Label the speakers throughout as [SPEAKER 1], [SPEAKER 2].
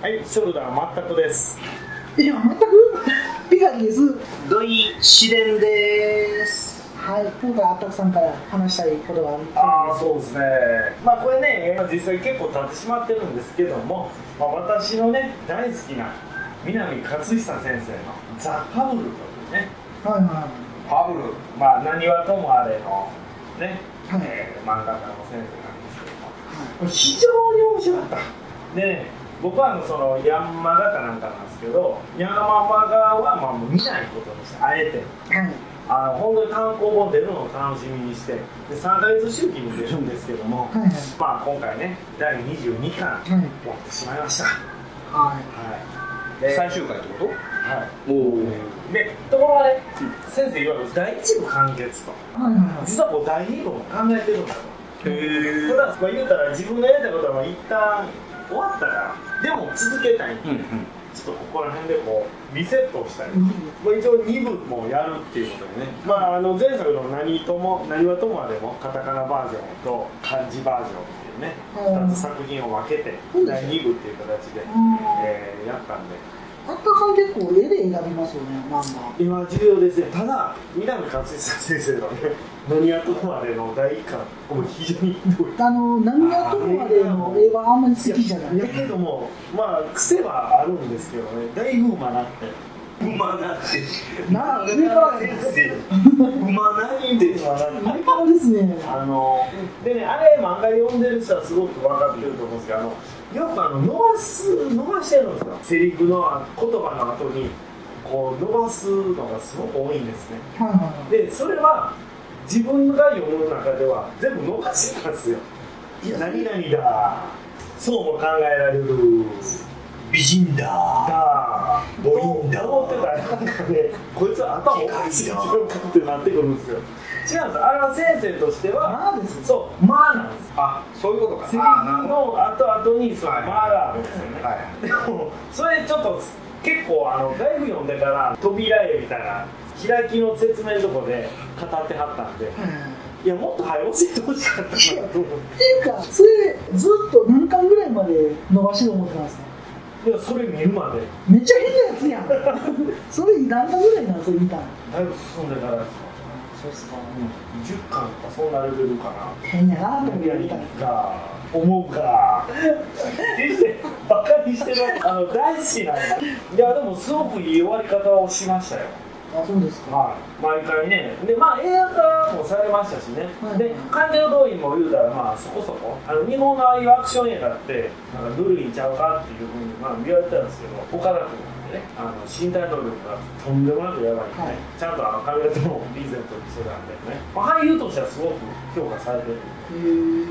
[SPEAKER 1] はい、ショルダー全くです。
[SPEAKER 2] いや、全く、ピカリです。
[SPEAKER 3] 土井紫伝です
[SPEAKER 2] はい、今回、あったくさんから話したいことがある。
[SPEAKER 1] ああ、そうですね。まあこれね、今実際結構経ってしまってるんですけども、まあ、私のね、大好きな南勝久先生のザ・パブルというね、
[SPEAKER 2] はいは
[SPEAKER 1] パブル、まあ何はともあれのね、
[SPEAKER 2] はい
[SPEAKER 1] えー漫画家の先生なんですけども、非常に面白かった。でね、僕はあのそのヤンマガかなんかなんですけど、ヤンマガはまあもう見ないことにして、あえて。
[SPEAKER 2] い。はい。
[SPEAKER 1] あの本当に単行本出るのを楽しみにしてで3ヶ月周期に出るんですけども、
[SPEAKER 2] はいはい
[SPEAKER 1] まあ、今回ね第22巻
[SPEAKER 2] は
[SPEAKER 1] やってしまいました、
[SPEAKER 2] は
[SPEAKER 1] はいで
[SPEAKER 3] 最終回ってこ
[SPEAKER 1] は
[SPEAKER 3] とおお
[SPEAKER 1] い、でところがね、先生いわく第一部完結と
[SPEAKER 2] い。はいはい。
[SPEAKER 1] 実はもう第二部も考えてるんだと
[SPEAKER 3] へえ
[SPEAKER 1] 普段まあ言うたら自分のやりたいことは一旦終わったからでも続けたい、
[SPEAKER 3] うんうん
[SPEAKER 1] ちょっとここら辺でこうリセットをしたり、まあ、一応2部もやるっていうことでね、まあ、あの前作の何とも何はともあれもカタカナバージョンと漢字バージョンっていうね
[SPEAKER 2] うん
[SPEAKER 1] 2つ作品を分けて
[SPEAKER 2] うん
[SPEAKER 1] 第2部っていう形で、
[SPEAKER 2] うん
[SPEAKER 1] えーやったんで
[SPEAKER 2] あったくさん、結構、絵で選びますよね、漫画。
[SPEAKER 1] 今重要ですねただ南勝久先生のね何はともあれの第1巻これ非常にひどい
[SPEAKER 2] あの、何がともあれの絵はあんまり好きじゃない。
[SPEAKER 1] やけどもまあ癖はあるんですけどねだいぶ学って
[SPEAKER 3] 馬なって
[SPEAKER 2] なあ、上からです。
[SPEAKER 3] 生馬なって
[SPEAKER 2] 上からですね。
[SPEAKER 1] あのでねあれ漫画読んでる人はすごく分かってると思うんですけどあのよくあの伸ばす伸ばしてるんですよセリフのあ言葉の後にこう伸ばすのがすごく多いんですね
[SPEAKER 2] はいは
[SPEAKER 1] でそれは自分が読む中では全部伸ばしてたんですよ
[SPEAKER 2] いや
[SPEAKER 1] 何々だそうも考えられる
[SPEAKER 3] 美人だ
[SPEAKER 1] だ
[SPEAKER 3] ボインだ
[SPEAKER 1] と思ってたらなんかねこいつは頭おかしいなってなってくるんですよ違うんですよあれは先生として
[SPEAKER 2] い。
[SPEAKER 1] は
[SPEAKER 2] まあです。
[SPEAKER 1] そう「まあ」なんです
[SPEAKER 3] あそういうことか
[SPEAKER 1] セリフ
[SPEAKER 3] あ
[SPEAKER 1] の後後にその
[SPEAKER 3] はいはい
[SPEAKER 1] マーラーですよね、
[SPEAKER 3] は
[SPEAKER 1] でもそれちょっと結構あのライブ読んでから扉絵みたいな開きの説明のとこで語ってはったんで
[SPEAKER 2] はいはい。
[SPEAKER 1] いやもっと早教えてほしか ったなと思っ
[SPEAKER 2] っていうか、それ、ずっと何巻ぐらいまで伸ばしろ思ってますか
[SPEAKER 1] ていやそれ見るまで
[SPEAKER 2] めっちゃ変なやつやんそれ何巻ぐらいなんそれ見たの
[SPEAKER 1] だいぶ進んでからですか、
[SPEAKER 2] そうっすか
[SPEAKER 1] 10巻とかそんなレベルかな
[SPEAKER 2] 変やなと思って
[SPEAKER 1] や
[SPEAKER 2] 見
[SPEAKER 1] り
[SPEAKER 2] た
[SPEAKER 1] た
[SPEAKER 2] の
[SPEAKER 1] か思う か決してバカにしてないあの大好きなんだいやでもすごくいい終わり方をしましたよ
[SPEAKER 2] あそうですか
[SPEAKER 1] はい、毎回ね、でまあ、映画化もされましたしね、
[SPEAKER 2] はい
[SPEAKER 1] で官僚動員も言うたら、まあ、そこそこ、あの日本のああいうアクション映画って、なんかルるいちゃうかっていうふうに、まあ、言われてたんですけど、岡田君なんでね、あの身体能力がとんでもなくやばいんで、ね
[SPEAKER 2] はい
[SPEAKER 1] ちゃんとあの髪型もリーゼントにしてたんでね、まあ、俳優としてはすごく評価されてる、
[SPEAKER 2] へ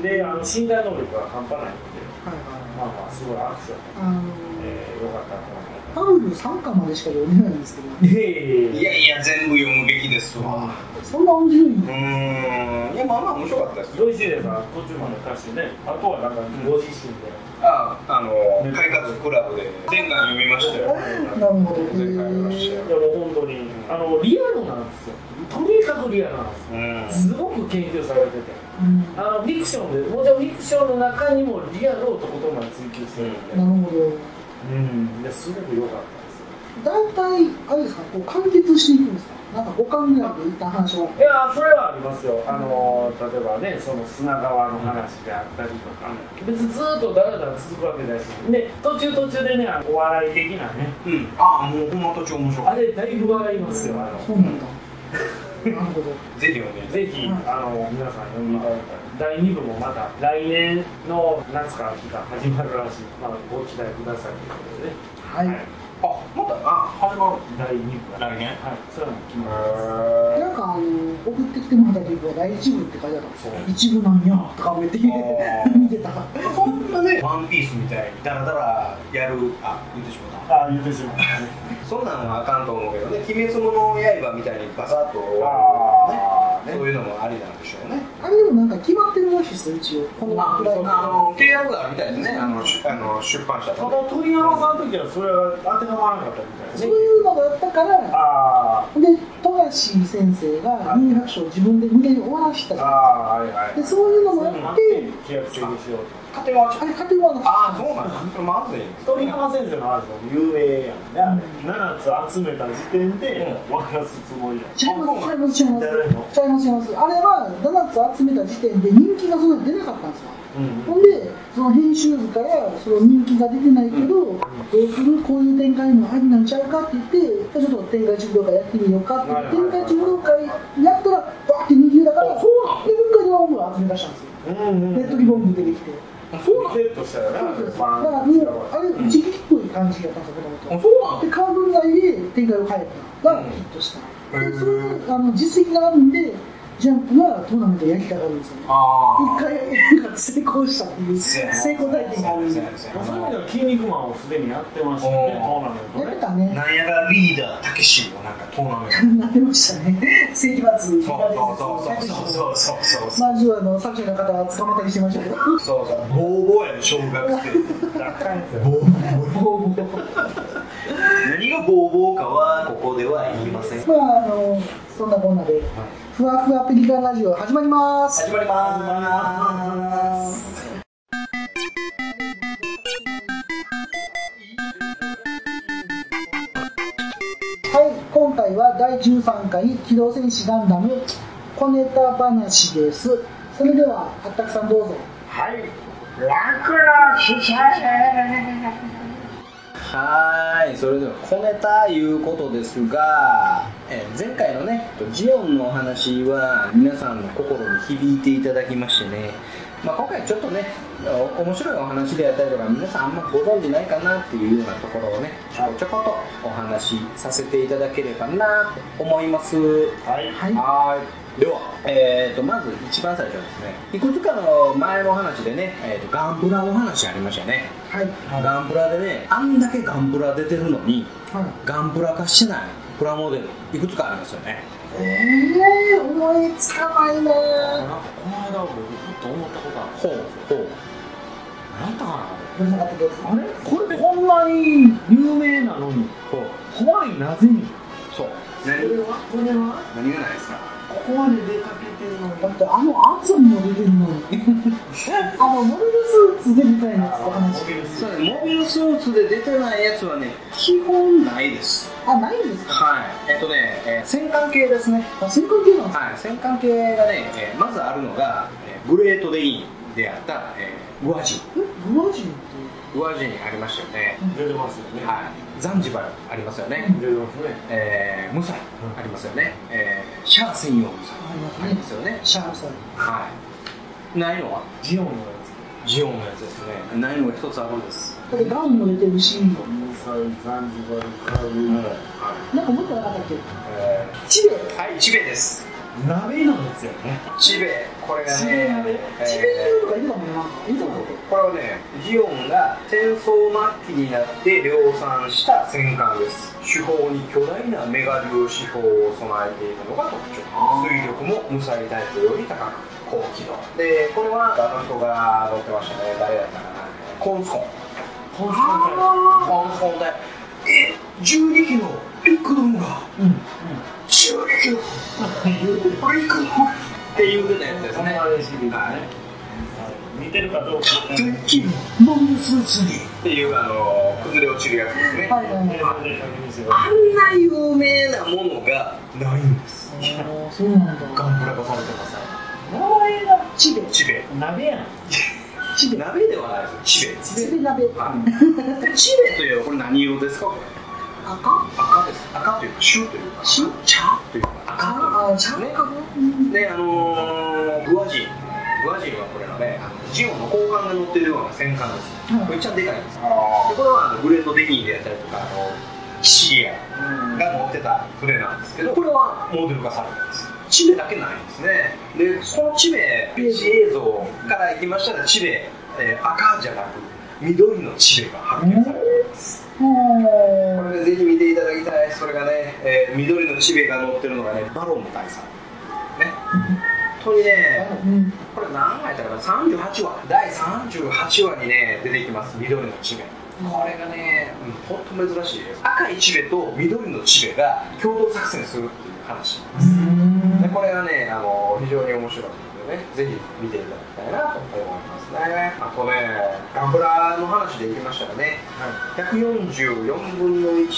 [SPEAKER 2] ー
[SPEAKER 1] であの
[SPEAKER 2] はい
[SPEAKER 1] 身体能力が半端ないので、
[SPEAKER 2] はい
[SPEAKER 1] まあまあ、すごいアクションで、
[SPEAKER 2] あの
[SPEAKER 1] えー、よかったなと思います。
[SPEAKER 2] パウル3巻までしか読んでないんですけど
[SPEAKER 1] いやいやいや
[SPEAKER 3] いやいや全部読むべきですわ
[SPEAKER 2] そんな面白いの
[SPEAKER 3] うーんいやまあまあ面白かったですよ
[SPEAKER 1] ドイシデさん途中まで貸してね、あとはなんかご自身で、
[SPEAKER 3] ああの快活クラブで前回読みましたよ
[SPEAKER 2] なるほどへ
[SPEAKER 3] 全然買いましたよ
[SPEAKER 2] ー
[SPEAKER 1] いやもう本当にあのリアルなんですよ。とにかくリアルなんで
[SPEAKER 3] うん
[SPEAKER 1] すよ。すごく研究されてて、
[SPEAKER 2] うん
[SPEAKER 1] あのフィクションで、もちろんフィクションの中にもリアルをとことんまで追求してるんで、
[SPEAKER 2] なるほど
[SPEAKER 1] うん、いやすごく良かったですよ。
[SPEAKER 2] 大体あれですかこう完結していくんですかなんか5巻ぐらいで一旦話終わっ
[SPEAKER 1] いやそれはありますよ、あの例えばね、その砂川の話であったりとか、別にずっとだらだら続くわけだし、で途中途中でね、あのお笑い的なね、
[SPEAKER 3] うんああもうこの途中面白か
[SPEAKER 1] あ
[SPEAKER 3] っ
[SPEAKER 1] れ、だいぶ笑いますよ、あの
[SPEAKER 2] たそうなんだなるほど
[SPEAKER 3] たぜひ読んでいただ
[SPEAKER 1] ぜ
[SPEAKER 3] き
[SPEAKER 1] ひ、あの、皆さん読んでいただいたら、第2部もまた来年の夏か秋か始まるらしい。まあ、ご期待くださいということでね。
[SPEAKER 2] はい
[SPEAKER 3] あまたあ始まる
[SPEAKER 1] 第2部は。
[SPEAKER 3] 来年
[SPEAKER 1] はい、それも決まります。
[SPEAKER 3] へ
[SPEAKER 2] なんかあの送ってきてもらった時は第一部って書いてあったんですよ一部なんやとかめって
[SPEAKER 3] あー
[SPEAKER 2] 見てた
[SPEAKER 3] えそんなねワンピースみたいにダラダラやるあ言ってしまっ
[SPEAKER 1] ああ、言ってしまったね。
[SPEAKER 3] たそんなんはあかんと思うけどね鬼滅の刃みたいにバサッと終
[SPEAKER 1] あ
[SPEAKER 3] わるねそういうのもありなんでしょうね
[SPEAKER 2] あれでもなんか決まってるらしいですよ一応この
[SPEAKER 3] あ
[SPEAKER 2] くらい
[SPEAKER 3] あの契約があるみたいですねあの出あの出版社
[SPEAKER 1] ただ
[SPEAKER 3] と、
[SPEAKER 1] 鳥山さんの時はそれは当てはまらなかったみたいです
[SPEAKER 2] そう
[SPEAKER 1] ね。
[SPEAKER 2] いうのがあったから
[SPEAKER 1] あ
[SPEAKER 2] で富樫先生が入学書を自分で無限に終わらした
[SPEAKER 1] あ、
[SPEAKER 2] じゃ
[SPEAKER 1] ああ、はいは
[SPEAKER 2] ん
[SPEAKER 1] い。
[SPEAKER 2] でそういうのもあ
[SPEAKER 1] な
[SPEAKER 2] っ
[SPEAKER 1] ん
[SPEAKER 2] て
[SPEAKER 1] て、規約制にしようと。
[SPEAKER 3] 勝手に終わっちゃ
[SPEAKER 2] あ
[SPEAKER 3] う
[SPEAKER 2] れ、家庭は
[SPEAKER 3] ああ
[SPEAKER 2] あの、
[SPEAKER 3] そうなんだそれまずいね
[SPEAKER 1] 鳥浜先生の話も有名やんねあれ
[SPEAKER 2] う
[SPEAKER 1] 7つ集めた時点で
[SPEAKER 3] う
[SPEAKER 1] 分かすつもりやん
[SPEAKER 2] 違います、違います、違います
[SPEAKER 1] 誰の。
[SPEAKER 2] 違います、違います。あれは7つ集めた時点で人気がすごい出なかったんですよ。ほんで、その編集部からその人気が出てないけど、どうするこういう展開もありなんちゃうかって言って、ちょっと展開中央会やってみようかって言って、
[SPEAKER 1] はいはいはい
[SPEAKER 2] 展開中央会やったら、バーって人気だから、
[SPEAKER 1] あ
[SPEAKER 2] で、
[SPEAKER 1] そ
[SPEAKER 2] も
[SPEAKER 1] うなの
[SPEAKER 2] う一回ドラゴンボール集め出したんですよ。
[SPEAKER 1] うんうん
[SPEAKER 2] ネットリボン出てきて。
[SPEAKER 1] そうなんセットしたよね
[SPEAKER 2] そうそうそう。だ
[SPEAKER 1] バ
[SPEAKER 2] から、
[SPEAKER 1] ーン
[SPEAKER 2] も
[SPEAKER 1] って
[SPEAKER 2] う、あれ、打ち切りっぽい感じだったんですよ、もと
[SPEAKER 3] あそうなの
[SPEAKER 2] で、カーブ内で展開を変えたら、
[SPEAKER 3] うん
[SPEAKER 2] ヒットした。
[SPEAKER 3] へ
[SPEAKER 2] で、
[SPEAKER 3] ー
[SPEAKER 2] それあの実績があるんで、ジャンプはトーナメントやりたがるんですよね。
[SPEAKER 3] あ
[SPEAKER 2] 一回なんか成功したっていう
[SPEAKER 3] せやな
[SPEAKER 2] 成功体験があるんで
[SPEAKER 3] せ
[SPEAKER 2] や
[SPEAKER 3] やなせや
[SPEAKER 1] まあ
[SPEAKER 3] なせ
[SPEAKER 1] そういう意味
[SPEAKER 3] や
[SPEAKER 1] では「筋肉
[SPEAKER 3] な
[SPEAKER 1] マン」をすでにやってましたよね
[SPEAKER 3] お
[SPEAKER 1] ト
[SPEAKER 3] ー
[SPEAKER 1] ーナメントね
[SPEAKER 2] ってたね
[SPEAKER 3] なんやらリーダーたけしもなんかトーナメント
[SPEAKER 2] なってましたね世紀末
[SPEAKER 3] そうそうそうそうそうそうそう
[SPEAKER 2] まあ、あの作者の方捕まったりしてましたけど
[SPEAKER 3] そうそうボーボーやの小学生だからボーボー何がボーボーかはここでは言いません
[SPEAKER 2] まああのそんなこんなで「ふわふわペリカンラジオ」始まります
[SPEAKER 3] 始まります
[SPEAKER 2] はい今回は第13回「機動戦士ガンダム」小ネタ話ですそれではあったくさんどうぞ
[SPEAKER 1] はい楽な主催
[SPEAKER 3] はーいそれでは小ネタいうことですが、えー前回のねジオンのお話は皆さんの心に響いていただきましてね、まあ、今回ちょっとねお面白いお話であったりとか皆さんあんまご存じないかなっていうようなところをねちょこちょことお話しさせていただければなと思います
[SPEAKER 1] はい
[SPEAKER 2] はい
[SPEAKER 3] はーいでは、えー、とまず一番最初はですねいくつかの前のお話でね、えー、とガンプラのお話ありましたよね
[SPEAKER 2] はい
[SPEAKER 3] ガンプラでねあんだけガンプラ出てるのに
[SPEAKER 2] はい
[SPEAKER 3] ガンプラ化してないプラモデルいくつかありますよね
[SPEAKER 2] えー、思いつかない
[SPEAKER 1] な
[SPEAKER 2] な
[SPEAKER 1] ん
[SPEAKER 2] ぁ
[SPEAKER 1] かこの間僕ふっと思ったことある
[SPEAKER 3] ほうほう
[SPEAKER 1] 何やったか
[SPEAKER 2] ぶんなかったです
[SPEAKER 1] なあれこれこんなに有名なのに
[SPEAKER 3] ほう
[SPEAKER 1] 怖いなぜに
[SPEAKER 3] そう
[SPEAKER 1] それはこれは
[SPEAKER 3] 何がないですか
[SPEAKER 1] ここまで出かけてるのに
[SPEAKER 2] だってあのアンさんも出てる のにあのモデルスーツでみたいなやつお話
[SPEAKER 3] そうねモビルスーツで出てないやつはね基本ないです
[SPEAKER 2] あないんですか
[SPEAKER 3] はいえっ、とね、えー戦艦系ですね
[SPEAKER 2] あ戦艦系なんですか
[SPEAKER 3] はい戦艦系がね、えーまずあるのが、えーグレートデインであった、えー、ウアジン
[SPEAKER 2] えブラジルって
[SPEAKER 3] ウアジンありましたよね、
[SPEAKER 1] 出てますよね
[SPEAKER 3] はいザンジバルありますよね、
[SPEAKER 1] 出てますね
[SPEAKER 3] えー、ムサイ
[SPEAKER 1] うん
[SPEAKER 3] ありますよね、えー、シャア専用ムサイ
[SPEAKER 2] ありますね
[SPEAKER 3] ありますよね
[SPEAKER 2] シャープさん
[SPEAKER 3] はいないのは
[SPEAKER 1] ジオンのや
[SPEAKER 3] ジオンのやつですねないのが一つあるんです
[SPEAKER 2] だってガンも出てるし
[SPEAKER 1] つムサイザンジバルカル
[SPEAKER 3] は
[SPEAKER 2] なんかもっとなかったっけ
[SPEAKER 3] い、え
[SPEAKER 2] チベ
[SPEAKER 3] ー、はいチベです
[SPEAKER 1] 鍋なんですよね
[SPEAKER 3] チベこれがね
[SPEAKER 1] チベ鍋
[SPEAKER 3] えー
[SPEAKER 2] チベ中とか言ってたもんな言ってたもん
[SPEAKER 3] これはねジオンが戦争末期になって量産した戦艦です手法に巨大なメガ粒子砲を備えているのが特徴水力も無彩タイプより高く高機動でこれはあの人が乗ってましたね誰だったかなコンソン
[SPEAKER 1] 本
[SPEAKER 2] あ
[SPEAKER 3] コンソンでえ12機のリクドンが
[SPEAKER 2] ーうん
[SPEAKER 3] 12機のリクドンっていうようなやつです
[SPEAKER 1] そん
[SPEAKER 3] ね
[SPEAKER 1] なレシピだね似てるかどうか
[SPEAKER 3] 機のモンスーツにっていうあの崩れ落ちるやつですね
[SPEAKER 2] はいは
[SPEAKER 1] 映像
[SPEAKER 2] いはい
[SPEAKER 1] で確認してくだ
[SPEAKER 3] あんな有名なものがないんです
[SPEAKER 2] あーそうなんだ
[SPEAKER 3] ガンプラ化されてません
[SPEAKER 1] さい名前が
[SPEAKER 2] チベ
[SPEAKER 3] チベ
[SPEAKER 1] 鍋やん
[SPEAKER 2] チベ
[SPEAKER 3] 鍋ではないですチベ
[SPEAKER 2] チベ鍋
[SPEAKER 3] はいでチベというのはこれ何色ですかこれ
[SPEAKER 2] 赤
[SPEAKER 3] 赤です赤というか白というか
[SPEAKER 2] 白
[SPEAKER 3] 茶というか
[SPEAKER 2] ああ
[SPEAKER 3] 赤
[SPEAKER 2] チ
[SPEAKER 3] と
[SPEAKER 2] ャ
[SPEAKER 3] いう
[SPEAKER 2] ー
[SPEAKER 3] か
[SPEAKER 2] カ
[SPEAKER 3] ね
[SPEAKER 2] ブうん
[SPEAKER 3] であのー、グアジングアジンはこれはねあのジオンの交換が乗ってるような戦艦です
[SPEAKER 2] はい
[SPEAKER 3] これちゃんでかいんですで
[SPEAKER 1] あ
[SPEAKER 3] これはあのグレートデニーであったりとかあのキシリアが乗ってた船なんですけどこれはモデル化されてますチベだけないんですねでそのチベビーチ映像からいきましたらチベ、えー赤じゃなく緑のチベが発見されていますこ
[SPEAKER 2] あ
[SPEAKER 3] れねぜひ見ていただきたいそれがね、えー緑のチベが乗ってるのがねバロンの大佐ね本当にね
[SPEAKER 2] ーうん
[SPEAKER 3] これ何話やったかな38話第38話にね出てきます緑のチベこれがね、うん、ほんと珍しいです赤いチベと緑のチベが共同作戦するっていう話なんです、でこれがねあの非常に面白いのででねぜひ見ていただきたいなと思いますねあとねガンプラの話でいきましたらね
[SPEAKER 1] は
[SPEAKER 3] 144分の1の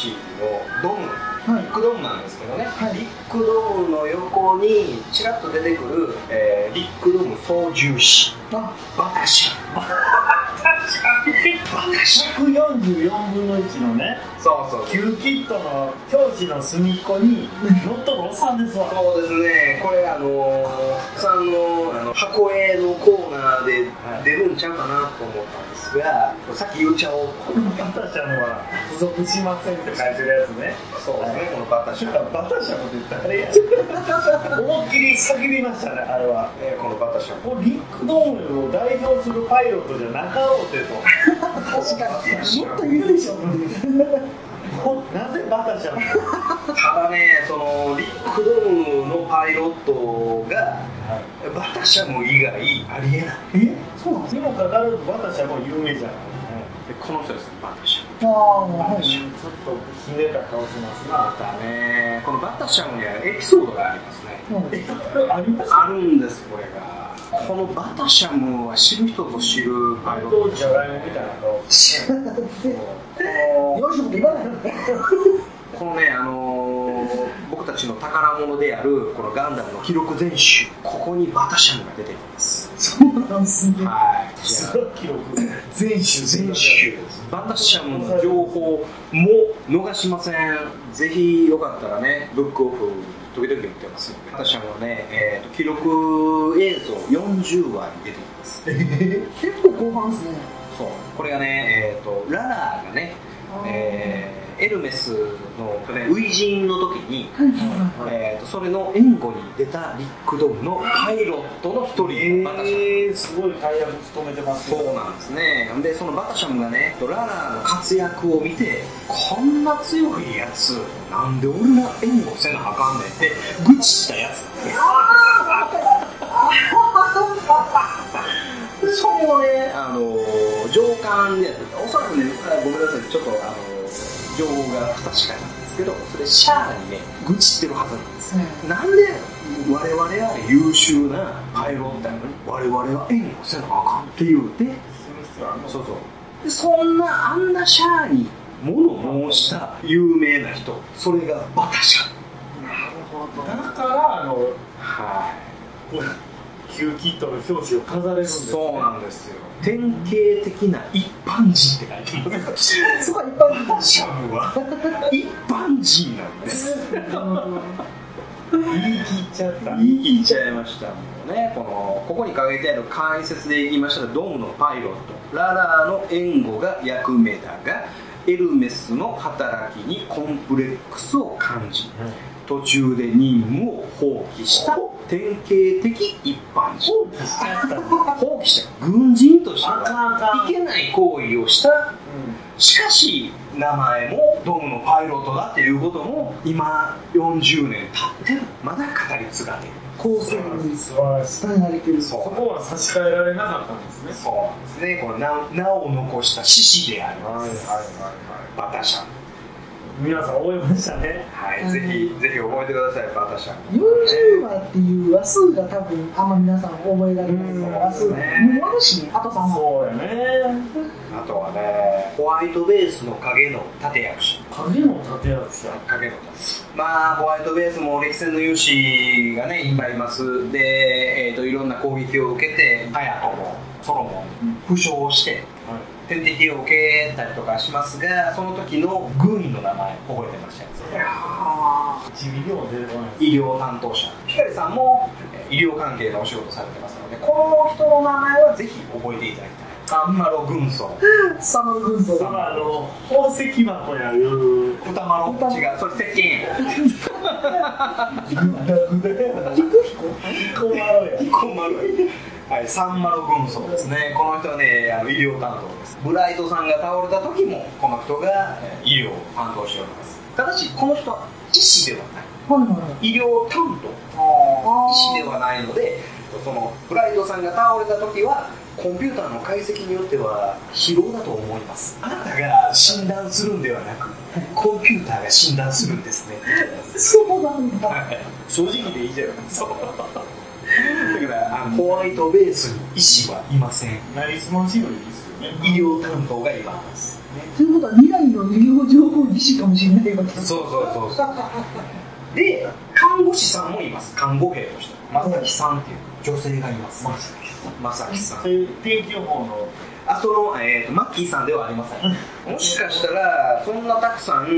[SPEAKER 3] ドム
[SPEAKER 2] はい
[SPEAKER 3] ビッグドームなんですけどね、
[SPEAKER 2] はい
[SPEAKER 3] ビッグドームの横にちらっと出てくる、えービッグドーム操縦士
[SPEAKER 2] あ
[SPEAKER 3] バタシバタシバタシ
[SPEAKER 1] 144分の1のね
[SPEAKER 3] そうそう
[SPEAKER 1] キューキットの教師の隅っこに乗っとるおっさんですわ
[SPEAKER 3] そうですね、これあのー、さんのあの箱絵のコーナーで出るんちゃうかなと思ったんですが、さっき言っちゃおう。
[SPEAKER 1] バタシャムは付属しませんって書いてるやつね
[SPEAKER 3] そうですね、このバタシ
[SPEAKER 1] ちょっ
[SPEAKER 3] ャ
[SPEAKER 1] と
[SPEAKER 3] ン。
[SPEAKER 1] バタシャムって言ったらね思いっきり叫びましたねあれは
[SPEAKER 3] えーこのバタシャン。
[SPEAKER 1] もうリック・ドームを代表するパイロットじゃなかろうてと
[SPEAKER 2] 確かにもっといるでしょ
[SPEAKER 1] もうなぜバタシャム
[SPEAKER 3] ただね、そのリックドームのパイロットがバタシャム以外ありえない。
[SPEAKER 1] え
[SPEAKER 2] そうなんです
[SPEAKER 1] にもかかわらずバタシャムは有名じゃない
[SPEAKER 3] でこの人ですね、バタシャム。
[SPEAKER 2] ああはい
[SPEAKER 1] ちょっとひねった顔しますな
[SPEAKER 3] またね、このバタシャムにはエピソードがありますね。
[SPEAKER 2] そう
[SPEAKER 1] えこれありました
[SPEAKER 3] あるんですこれがこのバタシャムは知る人ぞ知るパイロッ
[SPEAKER 1] ど
[SPEAKER 3] ト
[SPEAKER 1] うじゃがいもみたいな顔
[SPEAKER 3] この
[SPEAKER 2] よしも言わない
[SPEAKER 3] このねあのー僕たちの宝物であるこのガンダムの記録全集ここにバタシャムが出てきます
[SPEAKER 2] そうなんすね
[SPEAKER 3] はいじゃあ
[SPEAKER 1] すごい記録
[SPEAKER 3] 全集全集ですバタシャムの情報も逃しませんぜひよかったらねブックオフ時々売ってますのでバタシャムのね、えーと記録映像40話に出てきます
[SPEAKER 2] 結構後半っすね
[SPEAKER 3] そうこれがね、えー、とララーがね
[SPEAKER 2] あー、
[SPEAKER 3] えーエルメスの初陣の時に、
[SPEAKER 2] はいはいはい
[SPEAKER 3] えー、とそれの援護に出たリックドームのパイロットの一人、バタシャム
[SPEAKER 1] えー、すごい大役務めてます
[SPEAKER 3] そうなんですねでそのバタシャムがねララーの活躍を見てこんな強いやつなんで俺が援護せなあかんねんって愚痴したやつなんですそれをね、あのー上官で、おそらくね、あごめんなさい、ちょっと、あのー情報が不確かなんですけど、それ、シャアにね、愚痴ってるはずなんです。
[SPEAKER 2] う
[SPEAKER 3] なんで、我々は優秀なパイロットやのに、我々は援護せなあかんって言うて、そうそう。でそんな、あんなシャアに物申した有名な人、それがバタシャ。
[SPEAKER 2] なるほど
[SPEAKER 1] だからあの
[SPEAKER 3] はい。
[SPEAKER 1] キューキットの表紙を飾れるんですね
[SPEAKER 3] そうなんですよ。典型的な一般人って書いて ます。
[SPEAKER 2] そこは一般的
[SPEAKER 3] シャムは一般人なんです。
[SPEAKER 1] 言い切っちゃった
[SPEAKER 3] 言い切っちゃいましたもうね。このここに掲げてある解説でいきましたらドームのパイロットララーの援護が役目だがエルメスの働きにコンプレックスを感じ途中で任務を放棄した典型的一般人
[SPEAKER 1] 放棄しちゃった
[SPEAKER 3] 放棄した軍人として
[SPEAKER 1] あかんあか
[SPEAKER 3] は
[SPEAKER 1] ん
[SPEAKER 3] いけない行為をしたしかし名前もドームのパイロットだっていうことも今40年経ってまだ語り継がれてる
[SPEAKER 2] 構成に
[SPEAKER 1] 素晴らしい
[SPEAKER 2] 伝えられてる
[SPEAKER 1] そこは差し替えられなかったんですね
[SPEAKER 3] そうなんですねこの名を名を残した獅子であります、
[SPEAKER 1] は
[SPEAKER 3] バタシャン
[SPEAKER 1] い皆さん覚えましたね
[SPEAKER 3] はい、
[SPEAKER 2] うん
[SPEAKER 3] ぜひぜひ覚えてくださいバタシャン
[SPEAKER 2] 40話っていう話数が多分あんま皆さん覚えられないから話数
[SPEAKER 3] うん
[SPEAKER 2] もう終わるしねあと3話
[SPEAKER 1] そうやね
[SPEAKER 3] あとはねホワイトベースの影の立役者
[SPEAKER 1] 影の立役者
[SPEAKER 3] 影のまあホワイトベースも歴戦の勇士がねいっぱいいますで、えー、といろんな攻撃を受けて隼人もソロも負傷して点滴を受けたりとかしますがその時の軍医の名前覚えてましたよ
[SPEAKER 2] あ
[SPEAKER 1] 1ミリも出てこない
[SPEAKER 3] 医療担当者ピカリさんもえー医療関係のお仕事されてますのでこの人の名前はぜひ覚えていただきたいアンマロ軍曹
[SPEAKER 2] ーサマル軍曹
[SPEAKER 1] そのあの宝石箱やいう
[SPEAKER 3] 歌マロ違うそれ石鹸や
[SPEAKER 1] グダグダやな
[SPEAKER 2] 菊彦
[SPEAKER 1] 困るや
[SPEAKER 3] コンマロはい、サンマロ軍曹ですねこの人はねあの医療担当ですブライトさんが倒れた時もこの人がえー医療を担当しておりますただしこの人は医師ではない
[SPEAKER 2] はいはい
[SPEAKER 3] 医療担当
[SPEAKER 2] あー
[SPEAKER 3] 医師ではないのでそのブライドさんが倒れた時はコンピューターの解析によっては疲労だと思いますあなたが診断するんではなくコンピューターが診断するんですね
[SPEAKER 2] そうなんだ
[SPEAKER 1] 正直でいいじゃん
[SPEAKER 3] そうだからあホワイトベースに医師はいません
[SPEAKER 1] なりすまじいですよね
[SPEAKER 3] 医療担当がいます
[SPEAKER 2] ということは未来の医療情報技師かもしれないわけです
[SPEAKER 3] そうそうそうそうで看護師さんもいます看護兵として正木さんっていう女性がいます
[SPEAKER 1] まさきさん
[SPEAKER 3] 正木さん
[SPEAKER 1] そういう天気予報の
[SPEAKER 3] あその、えーとマッキーさんではありませんもしかしたらそんなたくさんあの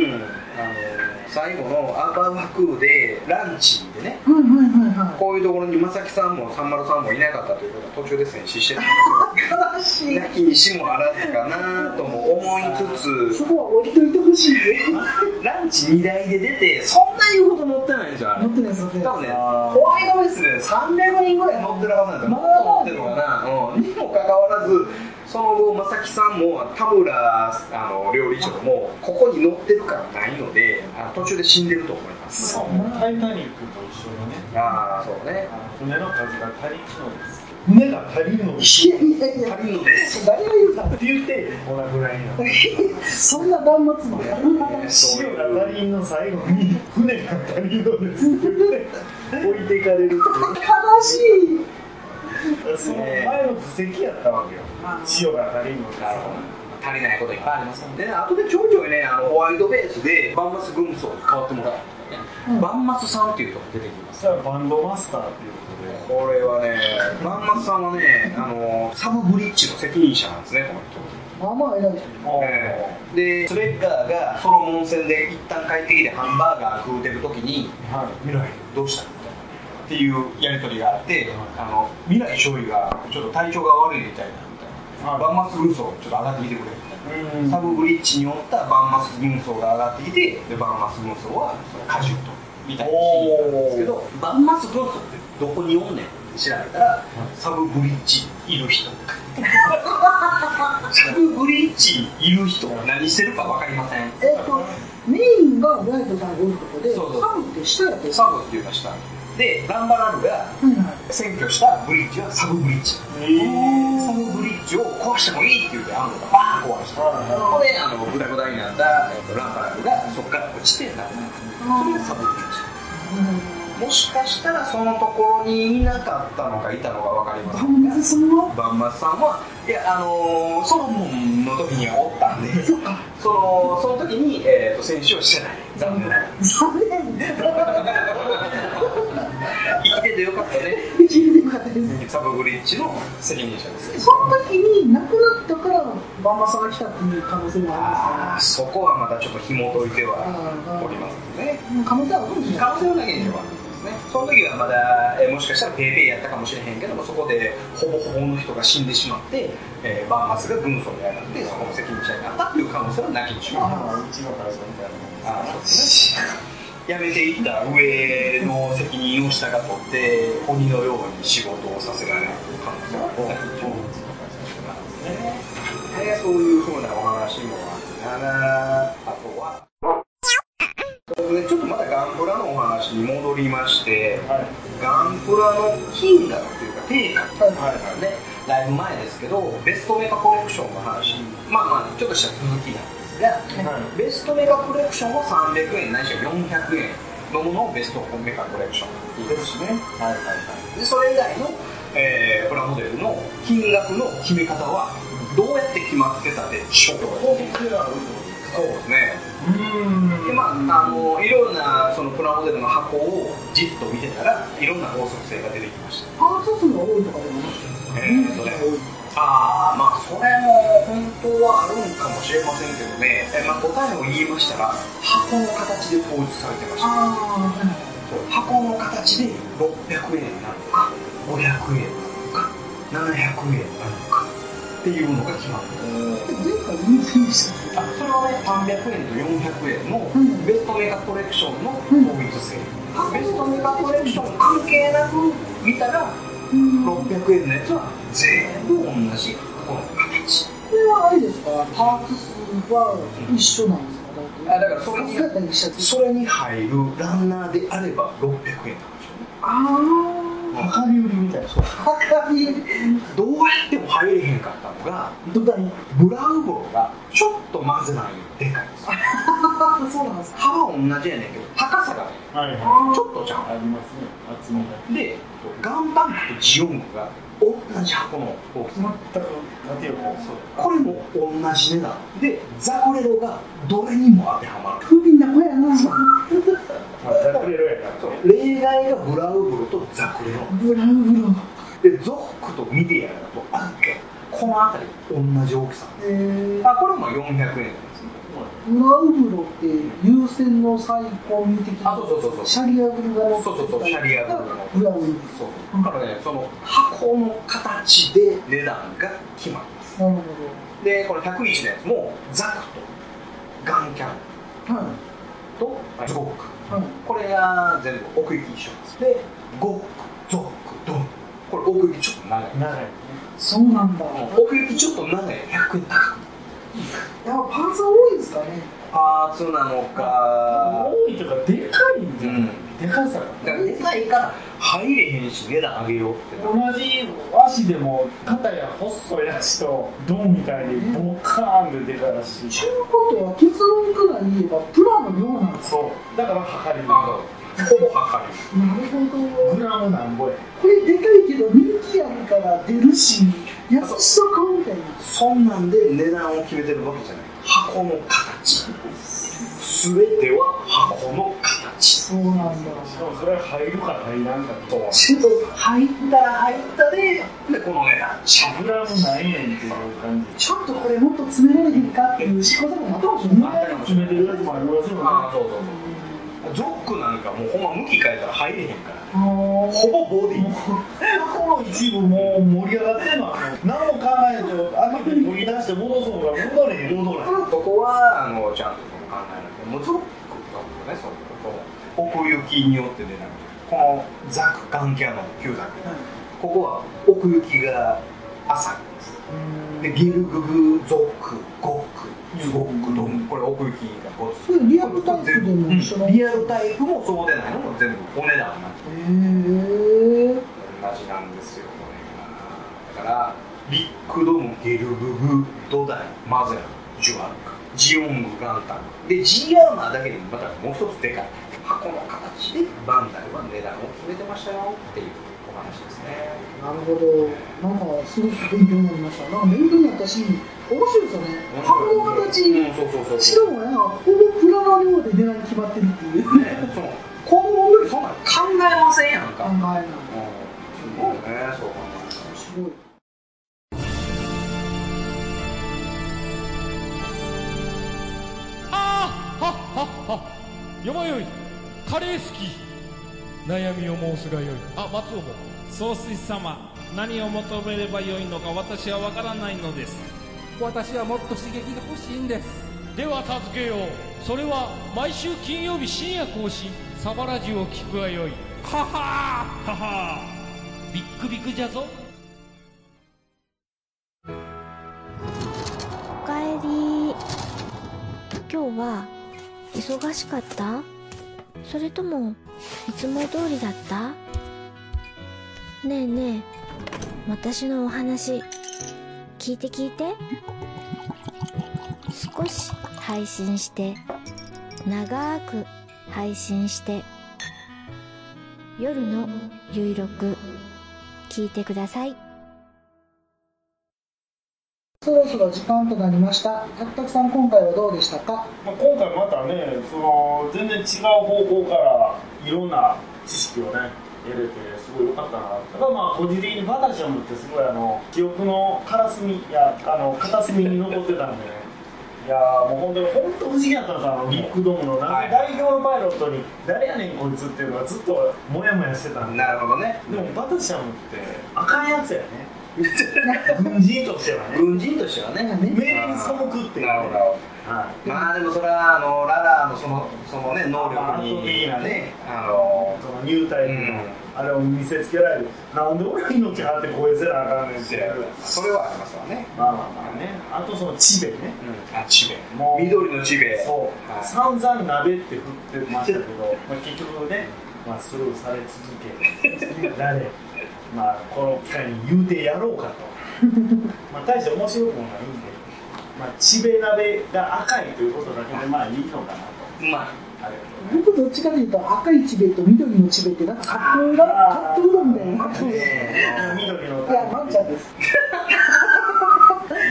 [SPEAKER 3] 最後のアーバーワクーでランチでね
[SPEAKER 2] はいはいはいは
[SPEAKER 3] こういうところに正木さんも三丸さんもいなかったということは途中で戦死してたんで
[SPEAKER 2] い悲し
[SPEAKER 3] す
[SPEAKER 2] い
[SPEAKER 3] よなきにしもあらずかなとも思いつつ
[SPEAKER 2] そこは置いといてほしいね
[SPEAKER 3] ランチ2台で出てそんな言うほど乗ってないんですよあれ
[SPEAKER 2] 持ってないです持って
[SPEAKER 3] 多
[SPEAKER 2] ないで
[SPEAKER 3] 分ね、
[SPEAKER 2] す
[SPEAKER 1] あー
[SPEAKER 3] ホワイトベースで300人ぐらい乗ってるはずなんです
[SPEAKER 2] ま
[SPEAKER 3] よ、もっ
[SPEAKER 2] あ
[SPEAKER 3] と乗ってるのかな、うん、にもかかわらず、その後、正木さんも田村あの料理長も、ここに乗ってる感ないので、あの途中で死んでると思います。
[SPEAKER 1] タイタニックと一緒のね
[SPEAKER 3] ああ、そうね。
[SPEAKER 1] あの船の数が足りんのです船が足りんのです
[SPEAKER 2] いやいやいや
[SPEAKER 3] 足りんのです。
[SPEAKER 2] 誰が言うたんだ
[SPEAKER 1] って言ってお亡くなりになった
[SPEAKER 2] そんな断末魔
[SPEAKER 3] そう
[SPEAKER 1] 塩
[SPEAKER 3] いう
[SPEAKER 1] が足りんの最後に船が足りんのですって言って置いていかれるっていう
[SPEAKER 2] 悲しい
[SPEAKER 1] その前の布石やったわけよ塩が足りんのです
[SPEAKER 3] なるほど足りないこといっぱいありますもんね。あとでちょいちょいね、あのホワイトベースで、バンマス軍曹に変わってもらったんですね、
[SPEAKER 2] うん
[SPEAKER 3] バンマスさんっていう人が出てきます。
[SPEAKER 1] そしたらバンドマスターっていうことで
[SPEAKER 3] これはね、まんまさんはね、あのサブブリッジの責任者なんですね、この人。
[SPEAKER 2] まあまあ偉い人
[SPEAKER 3] ええで、スレッガーがソロモン戦で一旦帰ってきてハンバーガー食うてる時に、
[SPEAKER 1] はい未来
[SPEAKER 3] どうしたのっていうやり取りがあって、あの未来勝利がちょっと体調が悪いみたいな、みたいな、
[SPEAKER 1] はい
[SPEAKER 3] バンマス軍曹、ちょっと上がってきてくれみたいな。
[SPEAKER 1] うん
[SPEAKER 3] サブブリッジにおったバンマス軍曹が上がってきてでバンマス軍曹は果樹とみたいなシーンなんですけどバンマス軍曹ってどこにおんねんって調べたらサブブリッジいる人サブブリッジいる人は何してるか分かりません
[SPEAKER 2] えっとメインがライトさんがおるとこでサ
[SPEAKER 3] そうそう
[SPEAKER 2] ブって下やって
[SPEAKER 3] サブっていうのはしたでガンバラルが
[SPEAKER 2] はいはい
[SPEAKER 3] 占拠したブリッジはサブブリッジ
[SPEAKER 1] えー
[SPEAKER 3] サブブリッジを壊してもいいって言うてあのがバーン壊して
[SPEAKER 1] はい
[SPEAKER 3] そこであのグダグダになったえっとランパラルがそこから落ちてなくなったそれがサブブリッジもしかしたらそのところにいなかったのかいたのか分かりませ
[SPEAKER 2] バ
[SPEAKER 3] ん
[SPEAKER 2] ンマスさんは
[SPEAKER 3] バンマスさんはいやあのーソロモンの時にはおったんでそのその時に、えー、と選手をしてない残念ながら
[SPEAKER 2] 残念
[SPEAKER 3] 生きててよかったね
[SPEAKER 2] 聞いてよかったです
[SPEAKER 3] サブブリッジの責任者です
[SPEAKER 2] その時に亡くなったからバンマスが来たっていう可能性もあ
[SPEAKER 3] ああそこはまたちょっと紐解いてはおりますね
[SPEAKER 2] りますね可能性はあるんじゃない
[SPEAKER 3] 可能性はないんでしょうかねその時はまだ、えーもしかしたらペイペイやったかもしれへんけどもそこでほぼほぼの人が死んでしまって、えー、バンマスが軍曹に上がってそこの責任者になったっていう可能性はなきにしもあ
[SPEAKER 1] あーうちの会社みたいな
[SPEAKER 3] らずあーそうですね辞めていった上の責任を下が取って鬼のように仕事をさせられる可能性はなきにしもあらずね、そういうふうなお話もあるなあとはちょっとまたガンプラのお話に戻りまして
[SPEAKER 1] はい
[SPEAKER 3] ガンプラの金額というか定価
[SPEAKER 1] はいは
[SPEAKER 3] でだいぶ前ですけどベストメカコレクションの話まあまあちょっとした続きなんですが、
[SPEAKER 1] は
[SPEAKER 3] ベストメカコレクションは300円ないしは400円のものをベストメカコレクション
[SPEAKER 1] いですねはいはいはい
[SPEAKER 3] でそれ以外の、えープラモデルの金額の決め方はどうやって決まってたでしょうか
[SPEAKER 1] こう僕らはうってことです
[SPEAKER 3] そうですね
[SPEAKER 1] うん
[SPEAKER 3] でまあ、あのいろんなそのプラモデルの箱をじっと見てたらいろんな法則性が出てきました、
[SPEAKER 2] パーツ数が多いとかでもなくて
[SPEAKER 3] えーっとねああまあそれも本当はあるんかもしれませんけどね、えまあ、答えを言いましたら箱の形で統一されてました
[SPEAKER 2] ああ
[SPEAKER 3] そう箱の形で600円なのか500円なのか700円なのかっていうのが決まる
[SPEAKER 2] 前回全然でした
[SPEAKER 3] あそれはね300円と400円の
[SPEAKER 2] うん
[SPEAKER 3] ベストメガコレクションの統一性、
[SPEAKER 2] うん
[SPEAKER 3] ベストメガコレクション関係なく見たら
[SPEAKER 2] うんこ
[SPEAKER 3] 600円のやつは全部同じこの形
[SPEAKER 2] れはあれですかパーツ数は一緒なんですか
[SPEAKER 3] あだからそれ
[SPEAKER 2] 大
[SPEAKER 3] に
[SPEAKER 2] 体姿にしたって
[SPEAKER 3] それに入るランナーであれば600円なんでし
[SPEAKER 2] あ
[SPEAKER 1] 量り売りみたいなそう
[SPEAKER 2] あ高い
[SPEAKER 3] ょどうやっても入れへんかったのが
[SPEAKER 2] どだに
[SPEAKER 3] ブラウボロがちょっと混ぜないでかいんですよ
[SPEAKER 2] ああそうなんですか
[SPEAKER 3] 幅は同じやねんけど高さがね
[SPEAKER 1] はいはい
[SPEAKER 3] ちょっとじゃん
[SPEAKER 1] ありますね集めた
[SPEAKER 3] でガンバンクとジオンクが同じ箱の大きさ
[SPEAKER 1] 全く立てようそう
[SPEAKER 3] これも同じ値段でザクレロがどれにも当てはまる
[SPEAKER 2] 不憫な子やな
[SPEAKER 1] まあザクレロやからね
[SPEAKER 3] 例外がブラウブロとザクレロ
[SPEAKER 2] ブラウブロ
[SPEAKER 3] でゾックとミディアだとあってこの辺り同じ大きさ
[SPEAKER 2] えー、
[SPEAKER 3] あこれも400円なんですね
[SPEAKER 2] ブラウブロって優先の最高見的な
[SPEAKER 3] あそうそうそうそう
[SPEAKER 2] シャリアグルが
[SPEAKER 3] そうそうそうシャリアグルが
[SPEAKER 2] ブラウブロ
[SPEAKER 3] そうだからねその箱の形で値段が決まる
[SPEAKER 2] なるほ
[SPEAKER 3] でこれ101のやつもザクとガンキャン
[SPEAKER 2] どはい
[SPEAKER 3] とゾック
[SPEAKER 2] はい
[SPEAKER 3] これが全部奥行き一緒ですでゴックゾックドンこれ奥行きちょっと長い
[SPEAKER 1] 長いね
[SPEAKER 2] そうなんだやっ
[SPEAKER 3] 奥行きちょっと長い100円高く
[SPEAKER 2] ぱパーツは多いんですかね
[SPEAKER 3] パーツなのか
[SPEAKER 1] 多いとかでかいんじゃない、
[SPEAKER 3] うん
[SPEAKER 1] でかさが
[SPEAKER 3] だからでかいから入れへんし値段上げようってな
[SPEAKER 1] 同じ足でも肩や細い足とドンみたいにボカーンででかいし
[SPEAKER 2] ちゅうことは結論から言えばプラのようなんです
[SPEAKER 1] そうだから測りま
[SPEAKER 3] あほぼ測れる
[SPEAKER 2] なるほ
[SPEAKER 1] す
[SPEAKER 2] ど
[SPEAKER 1] グラムなんぼや
[SPEAKER 2] これでかいけど人気やるから出るし優しさ買うみたいな
[SPEAKER 3] そんなんで値段を決めてるわけじゃない箱の形全ては箱の形
[SPEAKER 2] そうなんだ
[SPEAKER 1] しかもそれは入るか入らんかと
[SPEAKER 3] ちょっと入ったら入ったででこの値段ちゃう
[SPEAKER 1] グラムないねんっていう感じ
[SPEAKER 2] ちょっとこれもっと詰められへんかっていう仕事もまたもしれ
[SPEAKER 1] みん
[SPEAKER 2] ない
[SPEAKER 1] なで詰めてるやつもありますよね
[SPEAKER 3] あそうそうそうゾックなんかもうほんま向き変えたら入れへんから
[SPEAKER 2] あー
[SPEAKER 3] ほぼボディ
[SPEAKER 1] この一部もう盛り上がってんの何も考えんと開けて取り出して戻そうが戻れへん
[SPEAKER 3] 戻らへんそこはあのちゃんと考えなきゃもうゾックだもんねそのこの奥行きによって出ないこのザクガンキャノン旧ザクここは奥行きが浅いですでゲルググゾックゴックズゴックドンこれ奥行きが5つ
[SPEAKER 2] それリアルタイプでも一緒なんです
[SPEAKER 3] うんリアルタイプもそうでないのも全部お値段なんで
[SPEAKER 2] へー
[SPEAKER 3] 同じなんですよこれがだからリックドムゲルググドダイマゼラジュアルクジオングガンタクで G アーマーだけでもまたもう一つでかい箱の形でバンダイは値段を決めてましたよっていうお話ですね
[SPEAKER 2] なるほどなんかすごく勉強になりましたなんか勉強になったし面白いですよね箱の形
[SPEAKER 3] うんそうそうそう
[SPEAKER 2] しかもね、ほぼプラの量で値段決まってるっていう考
[SPEAKER 3] ねその子供の時そんなの考えませんやん
[SPEAKER 2] え
[SPEAKER 3] か、
[SPEAKER 2] な
[SPEAKER 3] うん、す
[SPEAKER 2] の
[SPEAKER 3] ごいねそう考えたら
[SPEAKER 2] すごい。
[SPEAKER 4] あーはっはっは山よいカレー好き悩みを申すがよいあ松尾も
[SPEAKER 5] 総帥様何を求めればよいのか私は分からないのです私はもっと刺激が欲しいんです
[SPEAKER 4] では助けようそれは毎週金曜日深夜更新サバラジュを聞くがよいははーははービックビックじゃぞ
[SPEAKER 6] おかえり今日は忙しかったそれともいつも通りだったねえねえ私のお話聞いて聞いて少し配信して長く配信して夜のゆいろく聞いてください
[SPEAKER 2] そろそろ時間となりました。たくたくさん今回はどうでしたか。
[SPEAKER 1] まあ、今回またねその全然違う方向からいろんな知識をね得れてすごい良かったなただまあ個人的にファンタジアムってすごいあの記憶の片隅いやあの片隅に残ってたんでね いやーもう本当に本当不思議やったんですよあのビッグドームのなん
[SPEAKER 3] はい
[SPEAKER 1] か代表のパイロットに「誰やねんこいつ」っていうのがずっとモヤモヤしてたんで
[SPEAKER 3] なるほどね
[SPEAKER 1] でもファンタジアムってあかんやつやね軍人としてはね
[SPEAKER 3] 軍人としてはね
[SPEAKER 1] 命令に背くっていうね
[SPEAKER 3] なるほど
[SPEAKER 1] はい
[SPEAKER 3] まあでもそれはあのララのそのそのね能力
[SPEAKER 1] 圧倒
[SPEAKER 3] に
[SPEAKER 1] 的なね
[SPEAKER 3] あの
[SPEAKER 1] そのニュータイプのあれを見せつけられる、なんで俺が命張って超えせなあかんねんってやる
[SPEAKER 3] それはありますわね。
[SPEAKER 1] まあまあまあねあとそのチベね
[SPEAKER 3] うん、あチベ
[SPEAKER 1] もう
[SPEAKER 3] 緑のチベ
[SPEAKER 1] そう、
[SPEAKER 3] はい
[SPEAKER 1] 散々鍋って振ってましたけど まあ結局ね、まあ、スルーされ 続けられまあこの機会に言うてやろう かとまあ大して面白くもないんで、まあ、チベ鍋が赤いということだけでまあいいのかなと
[SPEAKER 3] うまい。
[SPEAKER 1] はあれ
[SPEAKER 2] 僕どっちかというと赤いチベと緑のチベってなんかカップ裏カップうどんみたいな感じで
[SPEAKER 1] 緑の
[SPEAKER 2] いやマンちゃんです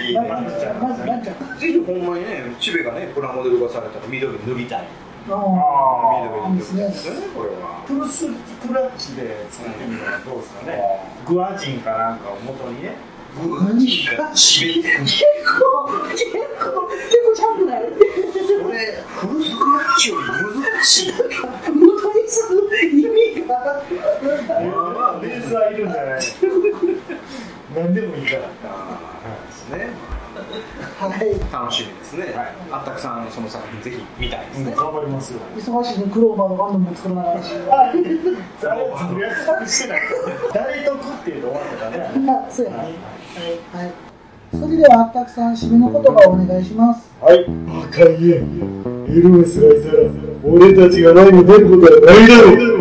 [SPEAKER 1] いいね
[SPEAKER 2] マ
[SPEAKER 1] ま
[SPEAKER 2] ン
[SPEAKER 1] っ
[SPEAKER 2] ち
[SPEAKER 1] ち
[SPEAKER 2] ゃ
[SPEAKER 1] ゃ
[SPEAKER 2] ん
[SPEAKER 1] ん
[SPEAKER 2] マンちゃん
[SPEAKER 3] ぜひほんまにねチベがねプラモデル化されたら緑塗りたい
[SPEAKER 2] あ
[SPEAKER 1] あ
[SPEAKER 2] あですね
[SPEAKER 3] それねこれは
[SPEAKER 1] プルスプラッチで作ってみるのはどうですかねグアジンかなんかを元にね
[SPEAKER 3] グ
[SPEAKER 2] あ
[SPEAKER 3] チベ
[SPEAKER 2] 結構結構結構ちゃんとない
[SPEAKER 3] これフルスクラッチより難しい
[SPEAKER 2] 元にする意味が
[SPEAKER 1] 俺はベースはいるんじゃない何でもいいから
[SPEAKER 3] あーですね
[SPEAKER 2] はい
[SPEAKER 3] 楽しみですね、あったくさんのその作品ぜひ見たいです
[SPEAKER 1] うん
[SPEAKER 3] ね、
[SPEAKER 1] 頑張りますよ
[SPEAKER 2] 忙しいねクローバーのバンドも作らないし
[SPEAKER 1] あれは約束してない誰得っていうの終わったからね
[SPEAKER 2] あそうやなはいそれではあったくさん締めの言葉をお願いします
[SPEAKER 1] はいバカ言えエルメスがいたら俺たちが前に出ることはないだろう